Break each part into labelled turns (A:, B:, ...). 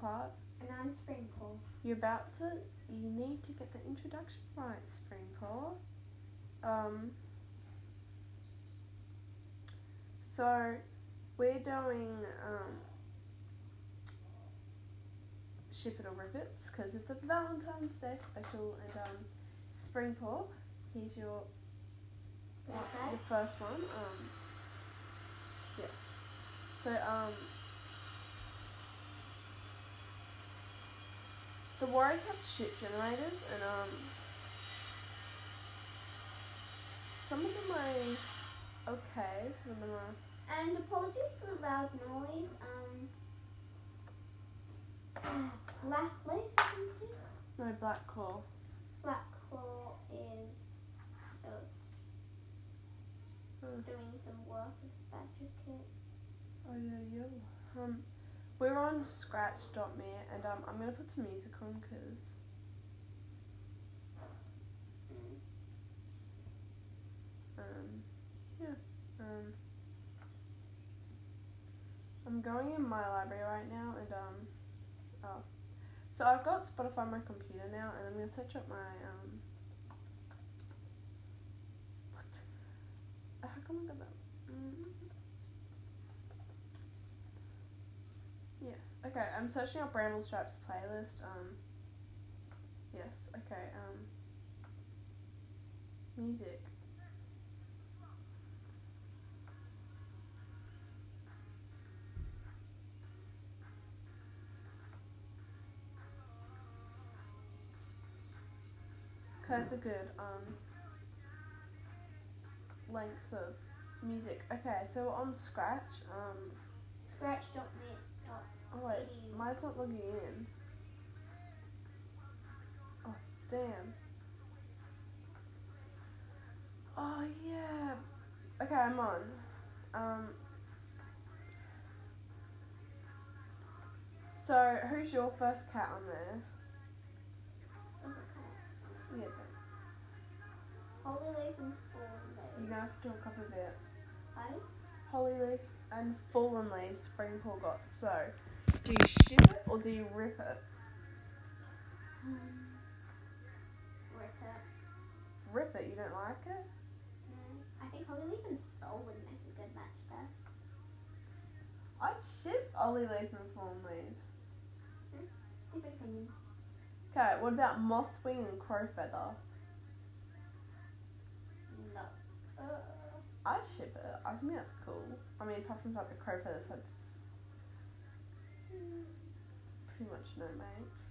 A: Pop.
B: And I'm Sprinkle.
A: You're about to. You need to get the introduction right, Sprinkle. Um. So, we're doing um. Ship it or rip it's because it's a Valentine's Day special, and um, Sprinkle, here's your one-
B: Okay.
A: the first one. Um, yes. So um, the Warwick had ship generators, and um, some of them are okay, some of them are
B: And apologies for the loud noise. Um, Black Lake, I think it is.
A: no black claw.
B: Black Claw is us
A: Oh,
B: doing some work with the badger kit.
A: oh yeah, yeah. Um, we're on Scratch.me, and um, I'm gonna put some music on because Um, yeah. Um, I'm going in my library right now, and um, oh, so I've got Spotify on my computer now, and I'm gonna search up my um. What? How come I got that? Mm. Yes. Okay. I'm searching up Bramble Stripes playlist. Um. Yes. Okay. Um. Music. That's a good um length of music. Okay, so on Scratch, um
B: Scratch.me. dot E.
A: oh wait, mine's not logging in. Oh damn. Oh yeah. Okay, I'm on. Um So who's your first cat on there?
B: was it called?
A: Yeah,
B: Holy Leaf and
A: you
B: Fallen
A: gonna
B: Leaves.
A: have to do a couple of it.
B: I
A: Holly leaf and fallen leaves Sprinkle got. So, do you ship it or do you rip it?
B: work Hmm. it.
A: Rip it, you don't like it?
B: Mm, I think Holy Leaf and Soul would make a good match there.
A: I'd ship Holly leaf and fallen leaves.
B: Different opinions.
A: Okay, what about Mothwing and Crowfeather?
B: No. Uh,
A: I ship it. I think that's cool. I mean, apart from the fact that Crowfeather's had s- pretty much no mates.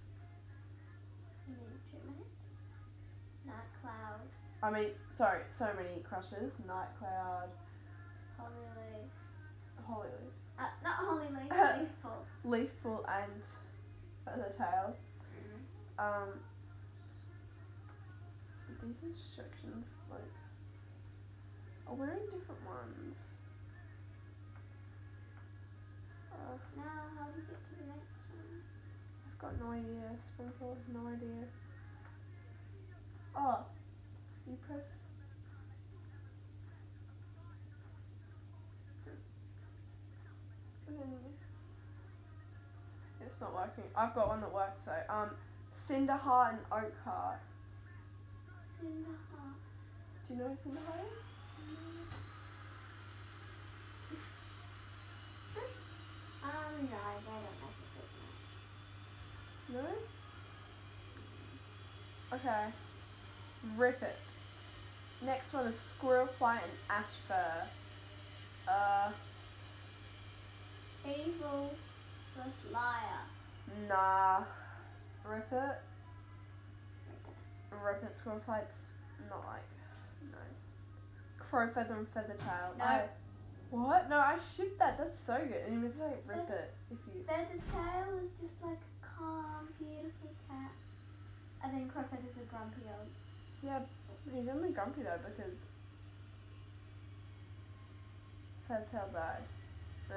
B: you mean two minutes? Night Cloud,
A: I mean, sorry, so many crushes. Nightcloud,
B: Holy Leaf.
A: Holly Leaf,
B: Uh, not Holy Leaf, Leafful.
A: Leafful and Feathertail.
B: Mm.
A: Um, these instructions, like, oh, we're in different ones. Uh,
B: Now, how do we get to the next one?
A: I've got no idea. Sprinkle, no idea. Oh, you press. Mm, It's not working. I've got one that works though. Um, Cinderheart and Oakheart.
B: Cinderheart.
A: Do you know who Cinderheart is?
B: Um, no, I don't know if it's good.
A: No? Okay. Rip it. Next one is squirrel fly and ash fur. Uh,
B: Evil plus liar.
A: nah. Rip it.
B: Okay.
A: Rip it. Squirrel fly. It's not like no. Crow feather and feather tail.
B: No.
A: I- what? No, I ship that. That's so good. And you would say rip it if you.
B: Feathertail is just like a calm, beautiful cat. And then Crowfeather is a grumpy old.
A: Yeah, he's only grumpy though because feather tail died. Eh,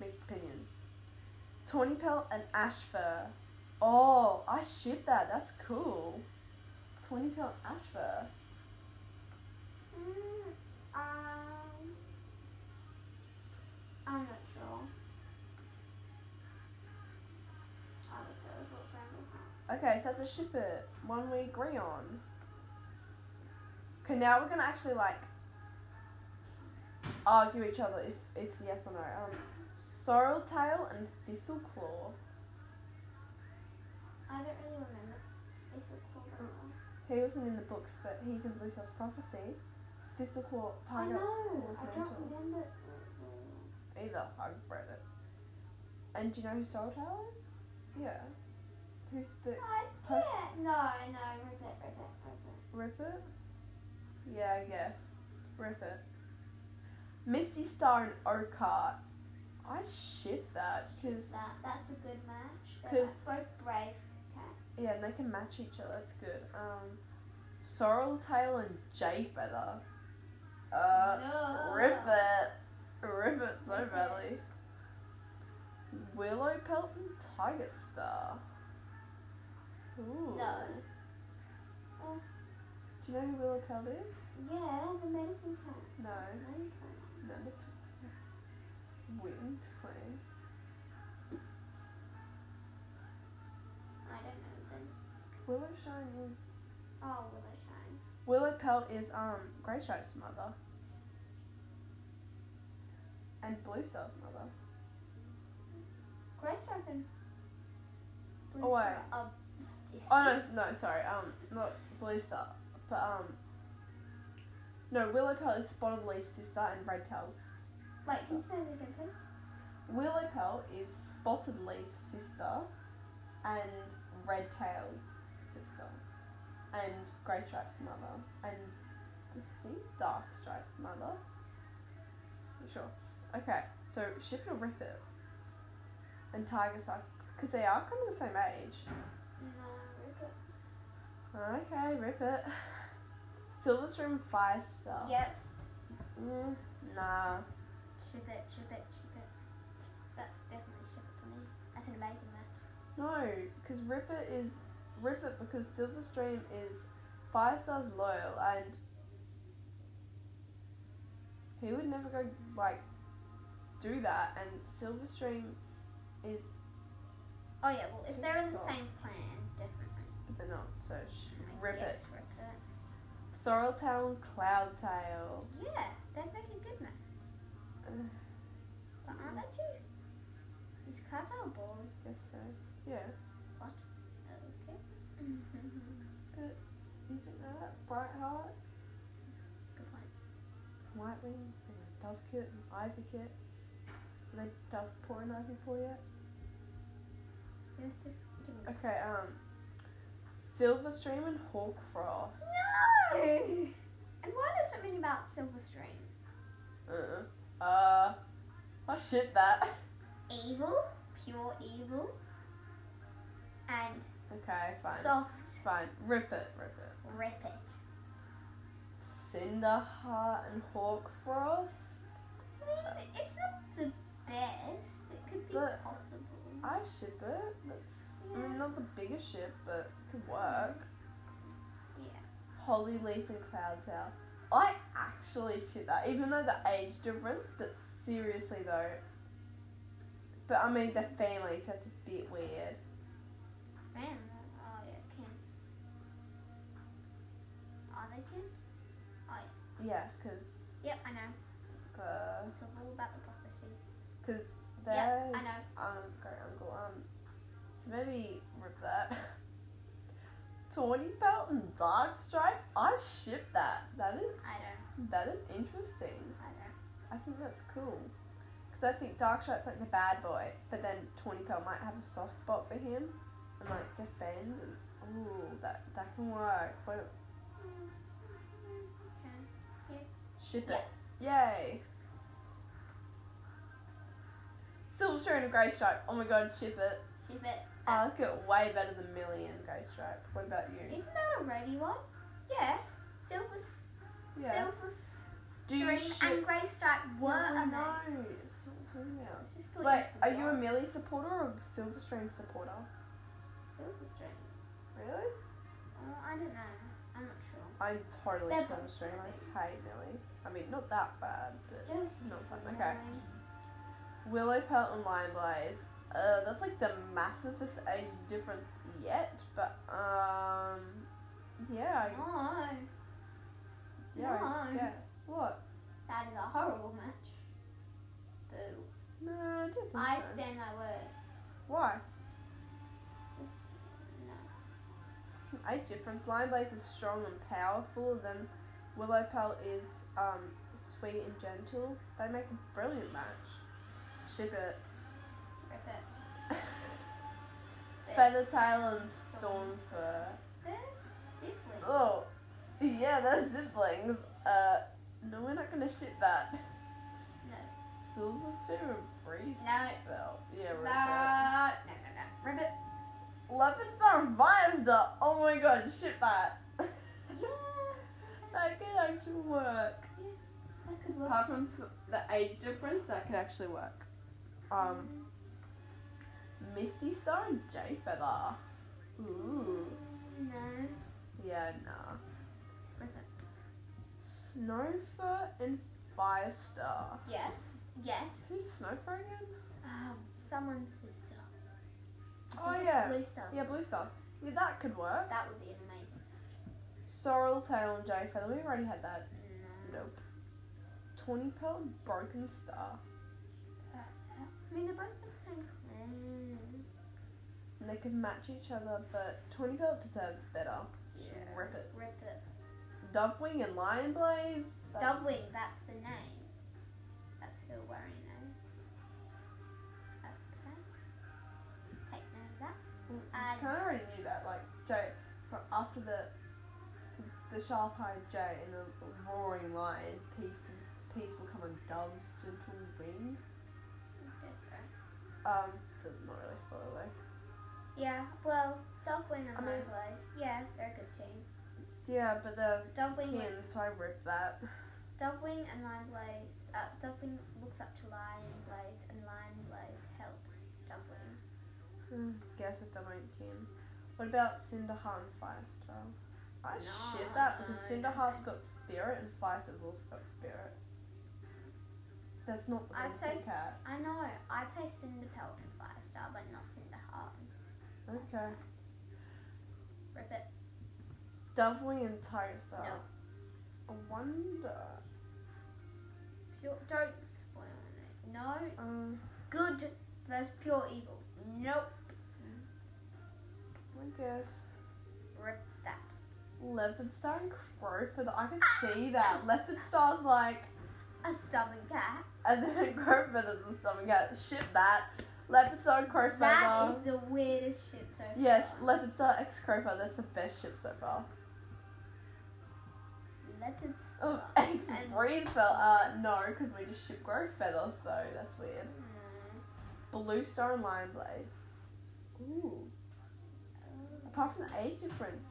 A: mixed opinion. Tawny pelt and ash fur. Oh, I ship that. That's cool. Tawny pelt and ash fur.
B: Mm, um, I'm not sure. Um,
A: Okay, so that's a ship it. One we agree on. Okay, now we're gonna actually like argue each other if it's yes or no. Um, sorrel tail and thistle claw.
B: I don't really remember. It's so cool. right now.
A: He wasn't in the books, but he's in Blue Shell's prophecy. Thistle claw,
B: I
A: tiger.
B: know.
A: Claw's
B: I
A: mantle.
B: don't remember. it.
A: Either. I've read it. And do you know who Sorrel Tail is? Yeah. Who's the
B: I,
A: Pers-
B: yeah. No, no. Read that. Read that. Read that.
A: Ripper? Yeah, I guess. Ripper. Misty Star and Oakheart. I ship that because
B: That, that's a good match. They're
A: 'Cause-
B: like both brave cats.
A: yeah, and they can match each other. That's good. Um, Sorrel Tail and Jay Feather. Uh,
B: no.
A: Rip it. Rip it so badly. Willow Pelt and Tiger Star. Ooh.
B: No.
A: Do you know who Willow Pelt is?
B: Yeah, the medicine cat.
A: No.
B: Medicine cat.
A: No, that's wind plane.
B: I don't know them.
A: Willow Shine is
B: Oh, Willow Shine.
A: Willow Pelt is um Grey Stripe's mother. And Blue Star's mother.
B: Grey Stripe and Blue
A: Oh, wait.
B: Star are s- s-
A: Oh no, s- no, sorry. Um, not Blue Star, but um, no, Willow Pelt is Spotted Leaf's sister and Red Tail's.
B: Wait, can you say that again, please?
A: Willow Pelt is Spotted Leaf's sister, and Red Tail's sister, and Grey Stripe's mother, and I think Dark Stripe's mother. You Sure. Okay, so Ship and Rip It, and Tiger Star, because they are kind of the same age.
B: No, rip it.
A: Okay, rip it. Silver Stream Five Star.
B: Yes.
A: Mm, nah.
B: Ship it, ship it, ship it. That's definitely ship it for me. That's an amazing match.
A: No, because rip it is rip it because Silver Stream is Five Star's loyal and he would never go like do that and Silver Stream is
B: Oh yeah, well if
A: Too
B: they're in the
A: soft.
B: same plan, definitely.
A: but they're not, so sh-
B: I
A: rip it.
B: guess Rip it.
A: Sorrel Tail and Cloud Tail.
B: Yeah, they'd make a good match.
A: Ugh.
B: But aren't they two? Is Cartel born?
A: Guess so. Yeah.
B: Okay.
A: You didn't know that? Bright Heart?
B: good point.
A: White Wing and a Dove Kit and Ivy Kit. Are they Dove Poor and Ivy Poor yet?
B: Let's just give it
A: Okay, um. Silver Stream and Hawk Frost.
B: No! And why there's something about Silver Stream?
A: Uh-uh. Uh. I shit that.
B: Evil, pure evil, and
A: Okay, fine.
B: soft
A: fine. Rip it, rip it.
B: rip it.
A: Cinderheart and Hawk Frost.
B: I mean, it's not the best. It could be
A: But-
B: possible.
A: I ship it. That's. I mean, not the biggest ship, but it could work.
B: Yeah.
A: Holly Leaf and Cloud Tail. I actually shit that, even though the age difference, but seriously though. But I mean, the families have to be weird.
B: Fan. Oh yeah, Ken. Are they Ken? Oh yes.
A: Yeah, because
B: Yep, I know.
A: because
B: It's all about the prophecy.
A: they're
B: Yep, I know.
A: um great uncle um. So maybe rip that. Tawny Belt and Dark Stripe. I ship that. That is
B: I don't.
A: that is interesting.
B: I don't.
A: I think that's cool. Because I think Dark Stripe's like the bad boy, but then Tawny Pearl might have a soft spot for him and like defend and ooh, that that can work. What
B: Hmm. Okay.
A: ship it. Yay. Silver Stream and Grey Stripe. Oh my god, ship it.
B: Ship it.
A: I like it way better than Millie and Grey Stripe. What about you?
B: Isn't that a ready one? Yes. Silver, s
A: Yeah.
B: silver
A: Do you
B: stream and
A: ship
B: grey stripe were
A: Yeah,
B: a
A: no.
B: no. Just thought
A: Wait, are you a
B: forgot.
A: Millie supporter or a Silver Stream supporter?
B: silver stream?
A: Really?
B: Oh, I don't know. I'm not sure.
A: I'm totally
B: They're
A: Silver
B: both
A: Stream. I
B: bad.
A: hate Millie. I mean, not that bad, but
B: Just
A: not fun. Okay. Willow Pelt and Lion Blaze. Uh, that's like the massivest age difference yet, but um, yeah, I,
B: No.
A: yeah, I
B: No.
A: guess. What?
B: That is a horrible match. Boo.
A: No, I don't think
B: I
A: so.
B: stand my word.
A: Why?
B: No.
A: From Eight difference. Lineblaze is strong and powerful. Then Willow Pell is um, sweet and gentle. They make a brilliant match. Ship it.
B: Rip it.
A: Feather Tail and Stormfur.
B: That's sickly.
A: Oh, yeah, they're siblings. Uh, no, we're not gonna ship that.
B: No.
A: Silverstone and Breeze
B: No.
A: fell. Yeah,
B: No,
A: we're
B: no,
A: right.
B: no, no. Ribbit.
A: Leopardstown Visor. Oh my god, ship that.
B: Yeah,
A: that could actually work.
B: that could work.
A: Apart from f- the age difference, that could actually work. Um, Misty Star and Jay Feather. Ooh.
B: No.
A: Yeah, nah.
B: Ribbit.
A: Snowfur and Firestar.
B: Yes. Yes.
A: Who's Snowfur again?
B: Um, someone's sister.
A: Oh
B: It's
A: yeah.
B: Blue Star's
A: Yeah, blue
B: sister.
A: stars. Yeah, that could work.
B: That would be an amazing.
A: Sorrel Tail and Jay Feather. We already had that.
B: No.
A: Nope. Tawny Pearl and Broken Star.
B: I mean, they're both from the same clan.
A: And they could match each other, but Tawny Pearl deserves better.
B: Yeah.
A: Rip it.
B: Rip it.
A: Dovewing and Lion Blaze. that's-
B: Dovewing, that's the name. That's her worry name. eh? Okay. Take note of that.
A: Mm,
B: I-
A: Kind of already knew that. Like Jay, for after the the sharp-eyed Jay and the roaring lion, peace, peace will come on dove's gentle wing.
B: I guess so.
A: Um, that's not really spoiler though.
B: Yeah, well, Dovewing and
A: I mean-
B: Lion Blaze. Yeah, they're a good team.
A: Yeah, but the
B: Dovewing,
A: kin, so I ripped that.
B: Dovewing and Lion Blaze. Uh, Dovewing looks up to Lion Blaze, and Lion Blaze helps Dovewing.
A: Hmm, Guess if they weren't kin. What about Cinderheart and Firestar? I shit that because
B: No.
A: Cinderheart's got spirit and Firestar's also got spirit. That's not the
B: I'd say
A: basic cat.
B: s- I know. I'd say Cinderpelt and Firestar, but not Cinderheart. and
A: Okay.
B: Firestar. Rip it.
A: Dovewing and Tiger Star.
B: No.
A: I wonder.
B: Pure, don't spoil it. No.
A: Um,
B: Good versus pure evil. Nope.
A: I guess
B: Rip that.
A: Leopard Star and Crow for the. I can see that Leopard Star's like,
B: A stubborn cat.
A: and then Crow Feathers and stuff. and Got ship that Leopard Star and Crow
B: That
A: Feather.
B: is the weirdest ship so far.
A: yes, Leopard Star X Crow Feather. That's the best ship so far.
B: Leopard
A: Oh,
B: star.
A: X
B: And-
A: Breeze Feather. Uh, no, because we just ship Crow Feather, so that's weird.
B: Mm.
A: Blue Star and Lion Blaze. Ooh.
B: Oh.
A: Apart from the age difference,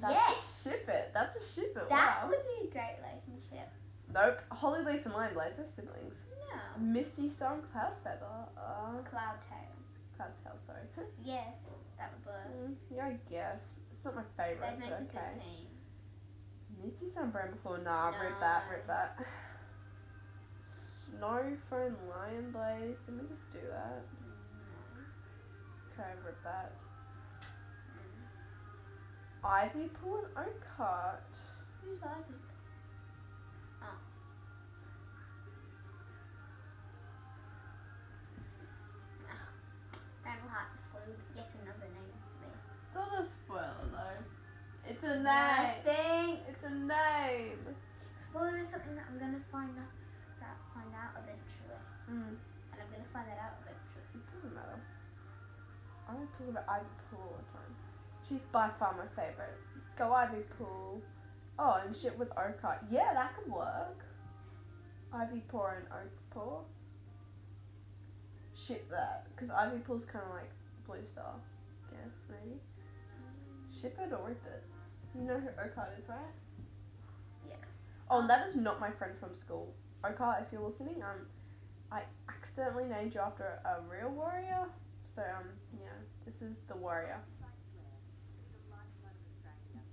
A: that's
B: Yes.
A: a ship it. That's a ship it.
B: That
A: wow.
B: would be a great relationship.
A: Nope. Holly Leaf and Lion Blaze, they're siblings.
B: No.
A: Misty Star and Cloud Feather. Uh,
B: Cloud tail.
A: Cloud Tail, sorry.
B: Yes, that would work.
A: Mm, yeah, I guess. It's not my favourite,
B: They'd make
A: but
B: a good
A: okay.
B: team.
A: Misty Star and Bramble, nah, rip that, rip that. Snowfur and Lion Blaze, didn't we just do that?
B: Mm-hmm.
A: Okay, rip that.
B: Hmm.
A: Ivypool and Oakheart.
B: Who's Ivy? Oh. Ah. Bramble Heart just spoiled yet another name for me.
A: It's not a spoiler though. It's a name.
B: Nothing.
A: It's a name.
B: Spoiler is something that I'm gonna find out, find out eventually,
A: Mm.
B: and I'm gonna find that out eventually.
A: It doesn't matter. I want to talk about Ivy Pool all the time. She's by far my favourite. Go Ivy Pool. Oh, and shit with Oakheart. Yeah, that could work. Ivy Pool and Oak Pool. Shit that. Because Ivy Pool's kind of like Blue Star. Guess, maybe. Ship it or rip it. You know who Oakheart is, right?
B: Yes.
A: Oh, and that is not my friend from school. Oka, if you're listening, um, I accidentally named you after a real warrior. So, um, yeah, this is the warrior.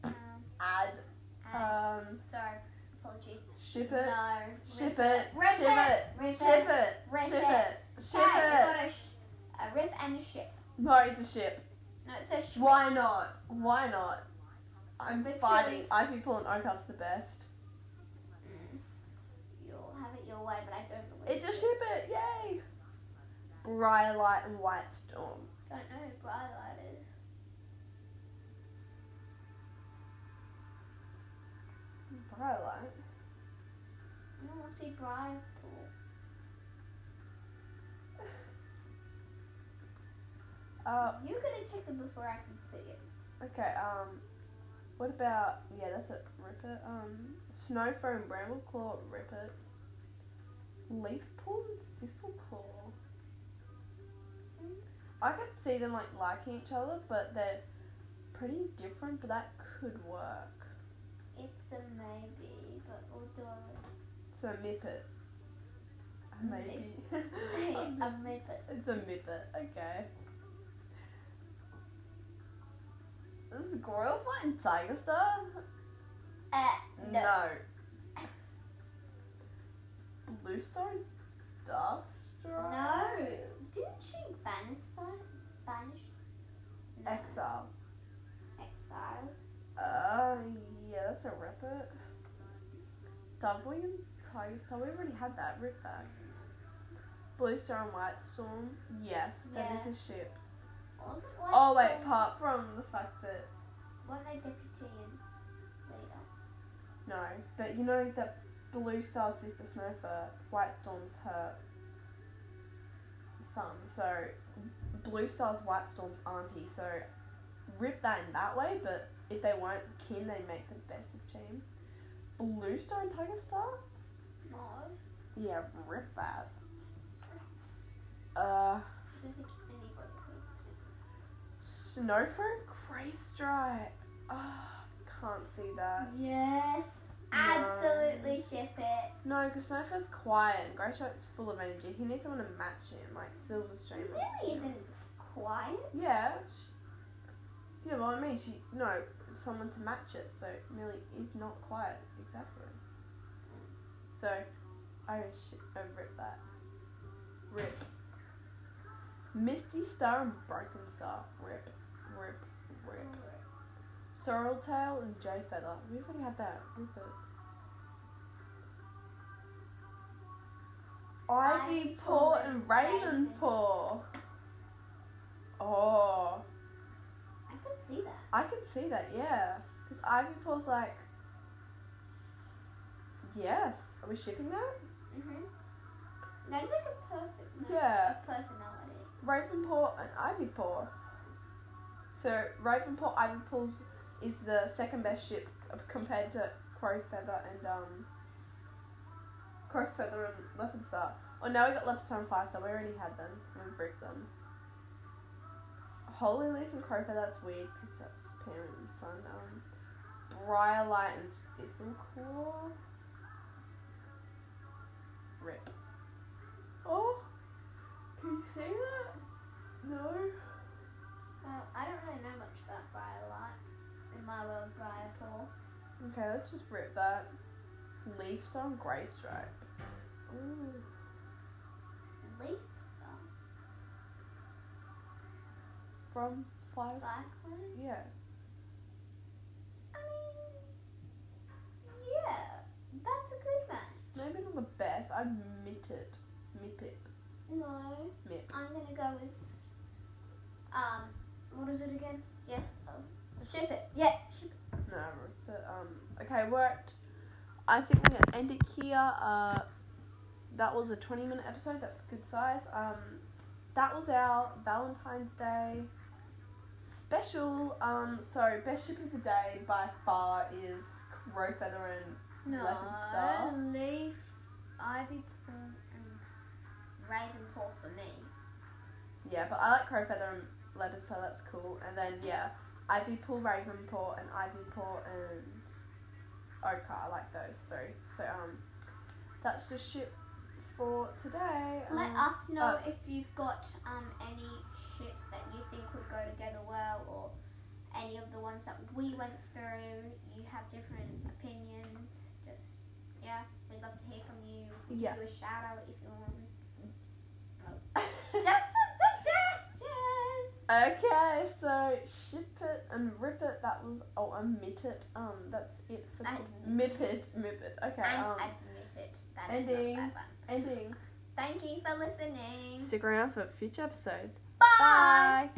B: Um,
A: Add,
B: and-
A: um,
B: sorry. Apologies.
A: ship it,
B: No.
A: ship
B: rip
A: it,
B: Rip
A: ship it,
B: Rip
A: ship
B: it.
A: it,
B: Rip
A: ship
B: it.
A: it, ship
B: Okay, we
A: it.
B: got a, sh- a rip uh, and a ship.
A: No, it's a ship.
B: No, it says Shrek.
A: Why not? Why not? I'm
B: Because-
A: fighting. I think Paul and Oakhouse the best.
B: Mm. You'll have it your way, but I don't believe
A: It's a ship it, yay! Briarlight and White Storm.
B: Don't know who Brylight is.
A: Briarlight?
B: No, it must be Brypool.
A: Uh,
B: You're gonna check them before I can see it.
A: okay, um, what about, yeah, that's it, Ripper. Um, Snowfro and Brambleclaw, Ripper. Leafpool and Thistleclaw. I could see them, like, liking each other, but they're pretty different, but that could work.
B: It's a maybe, but we'll do a,
A: So, Mippet. A Maybe.
B: a maybe.
A: It's a Mippet, okay. Is Goyle fighting Tiger Star?
B: Uh, no.
A: Blue Star? Dark Star?
B: No. Didn't she banish that? Banish? No.
A: Exile.
B: Exile.
A: Uh, yeah, that's a rip it. Dovewing and Tiger Star, we already had that rip back. Blue Star and White Storm? Yes, that is
B: Yes.
A: a ship.
B: Wasn't
A: Oh,
B: White
A: wait,
B: Storm-
A: apart from the fact that
B: Weren't they deputy and leader?
A: No, but you know that Blue Star's sister Snowfur, White Storm's her son, so Blue Star's White Storm's auntie, so rip that in that way, but if they weren't kin, they make the best of team. Blue Star and Tiger Star?
B: No.
A: Yeah, rip that. Uh,
B: I don't think anybody could.
A: Snowfur and Greystripe. Ah, can't see that.
B: Yes. Absolutely ship it.
A: No, because Snowfur's quiet and Greystripe's full of energy. He needs someone to match him, like Silver
B: She
A: Streamer.
B: really isn't quiet.
A: Yeah. She, yeah, well, I mean, she no someone to match it, so Millie is not quiet exactly. So, I sh- I rip that. Rip. Misty Star and Broken Star. Rip, rip, rip. Sorrel Tail and Jay Feather. We already had that. Rip it. Ivy Paw and Raven Paw. Oh,
B: I could see that.
A: I can see that. Yeah, because Ivy Paw's like, yes. Are we shipping that?
B: Mhm. That is like a perfect match
A: Yeah.
B: of personality.
A: Ravenpaw and Ivypaw. So Ravenpaw, Ivypaw is the second best ship compared to Crowfeather and um. Crowfeather and Leopardstar. Oh, now we got Leopardstar and Firestar. We already had them. and We've ripped them. Holy Leaf and Crowfeather. That's weird because that's parent and son. Um, Briarlight and Thistleclaw. Rip. Oh. Can you say that? No.
B: Well, I don't really know much about Briarlight. In my world, Briarpool.
A: Okay, let's just rip that. Leaf Stone Grey Stripe. Ooh.
B: Leaf Star.
A: From Flies?
B: Cyclone.
A: Yeah.
B: I mean, yeah. That's a good match.
A: Maybe not the best. I admit it. Mip it.
B: No.
A: Mip.
B: I'm gonna go with um what is it again? Yes, um, ship it. Yeah, ship it.
A: No, but um okay, worked. I think we're gonna end it here. Uh that was a twenty minute episode, that's good size. Um that was our Valentine's Day special. Um so best ship of the day by far is Crowfeather and Leopard Star.
B: leaf, ivy, prawn, and raven paw for me.
A: Yeah, but I like Crowfeather and Leopard, so that's cool. And then yeah, Ivy Pool, Ravenpaw, and Ivy Paw and Oka. I like those three. So um, that's the shit for today. Um,
B: Let us know
A: uh,
B: if you've got um any ships that you think would go together well, or any of the ones that we went through. You have different opinions. Just yeah, we'd love to hear from you. Give
A: Yeah.
B: you a shout out if you want. Just a suggestion.
A: okay, so and Rippet, that was oh and Mippet. Um, that's it for
B: I-
A: t- Mippet. Mippet. Okay.
B: And
A: um,
B: admitted that
A: ending.
B: is not that bad.
A: ending.
B: Thank you for listening.
A: Stick around for future episodes.
B: Bye.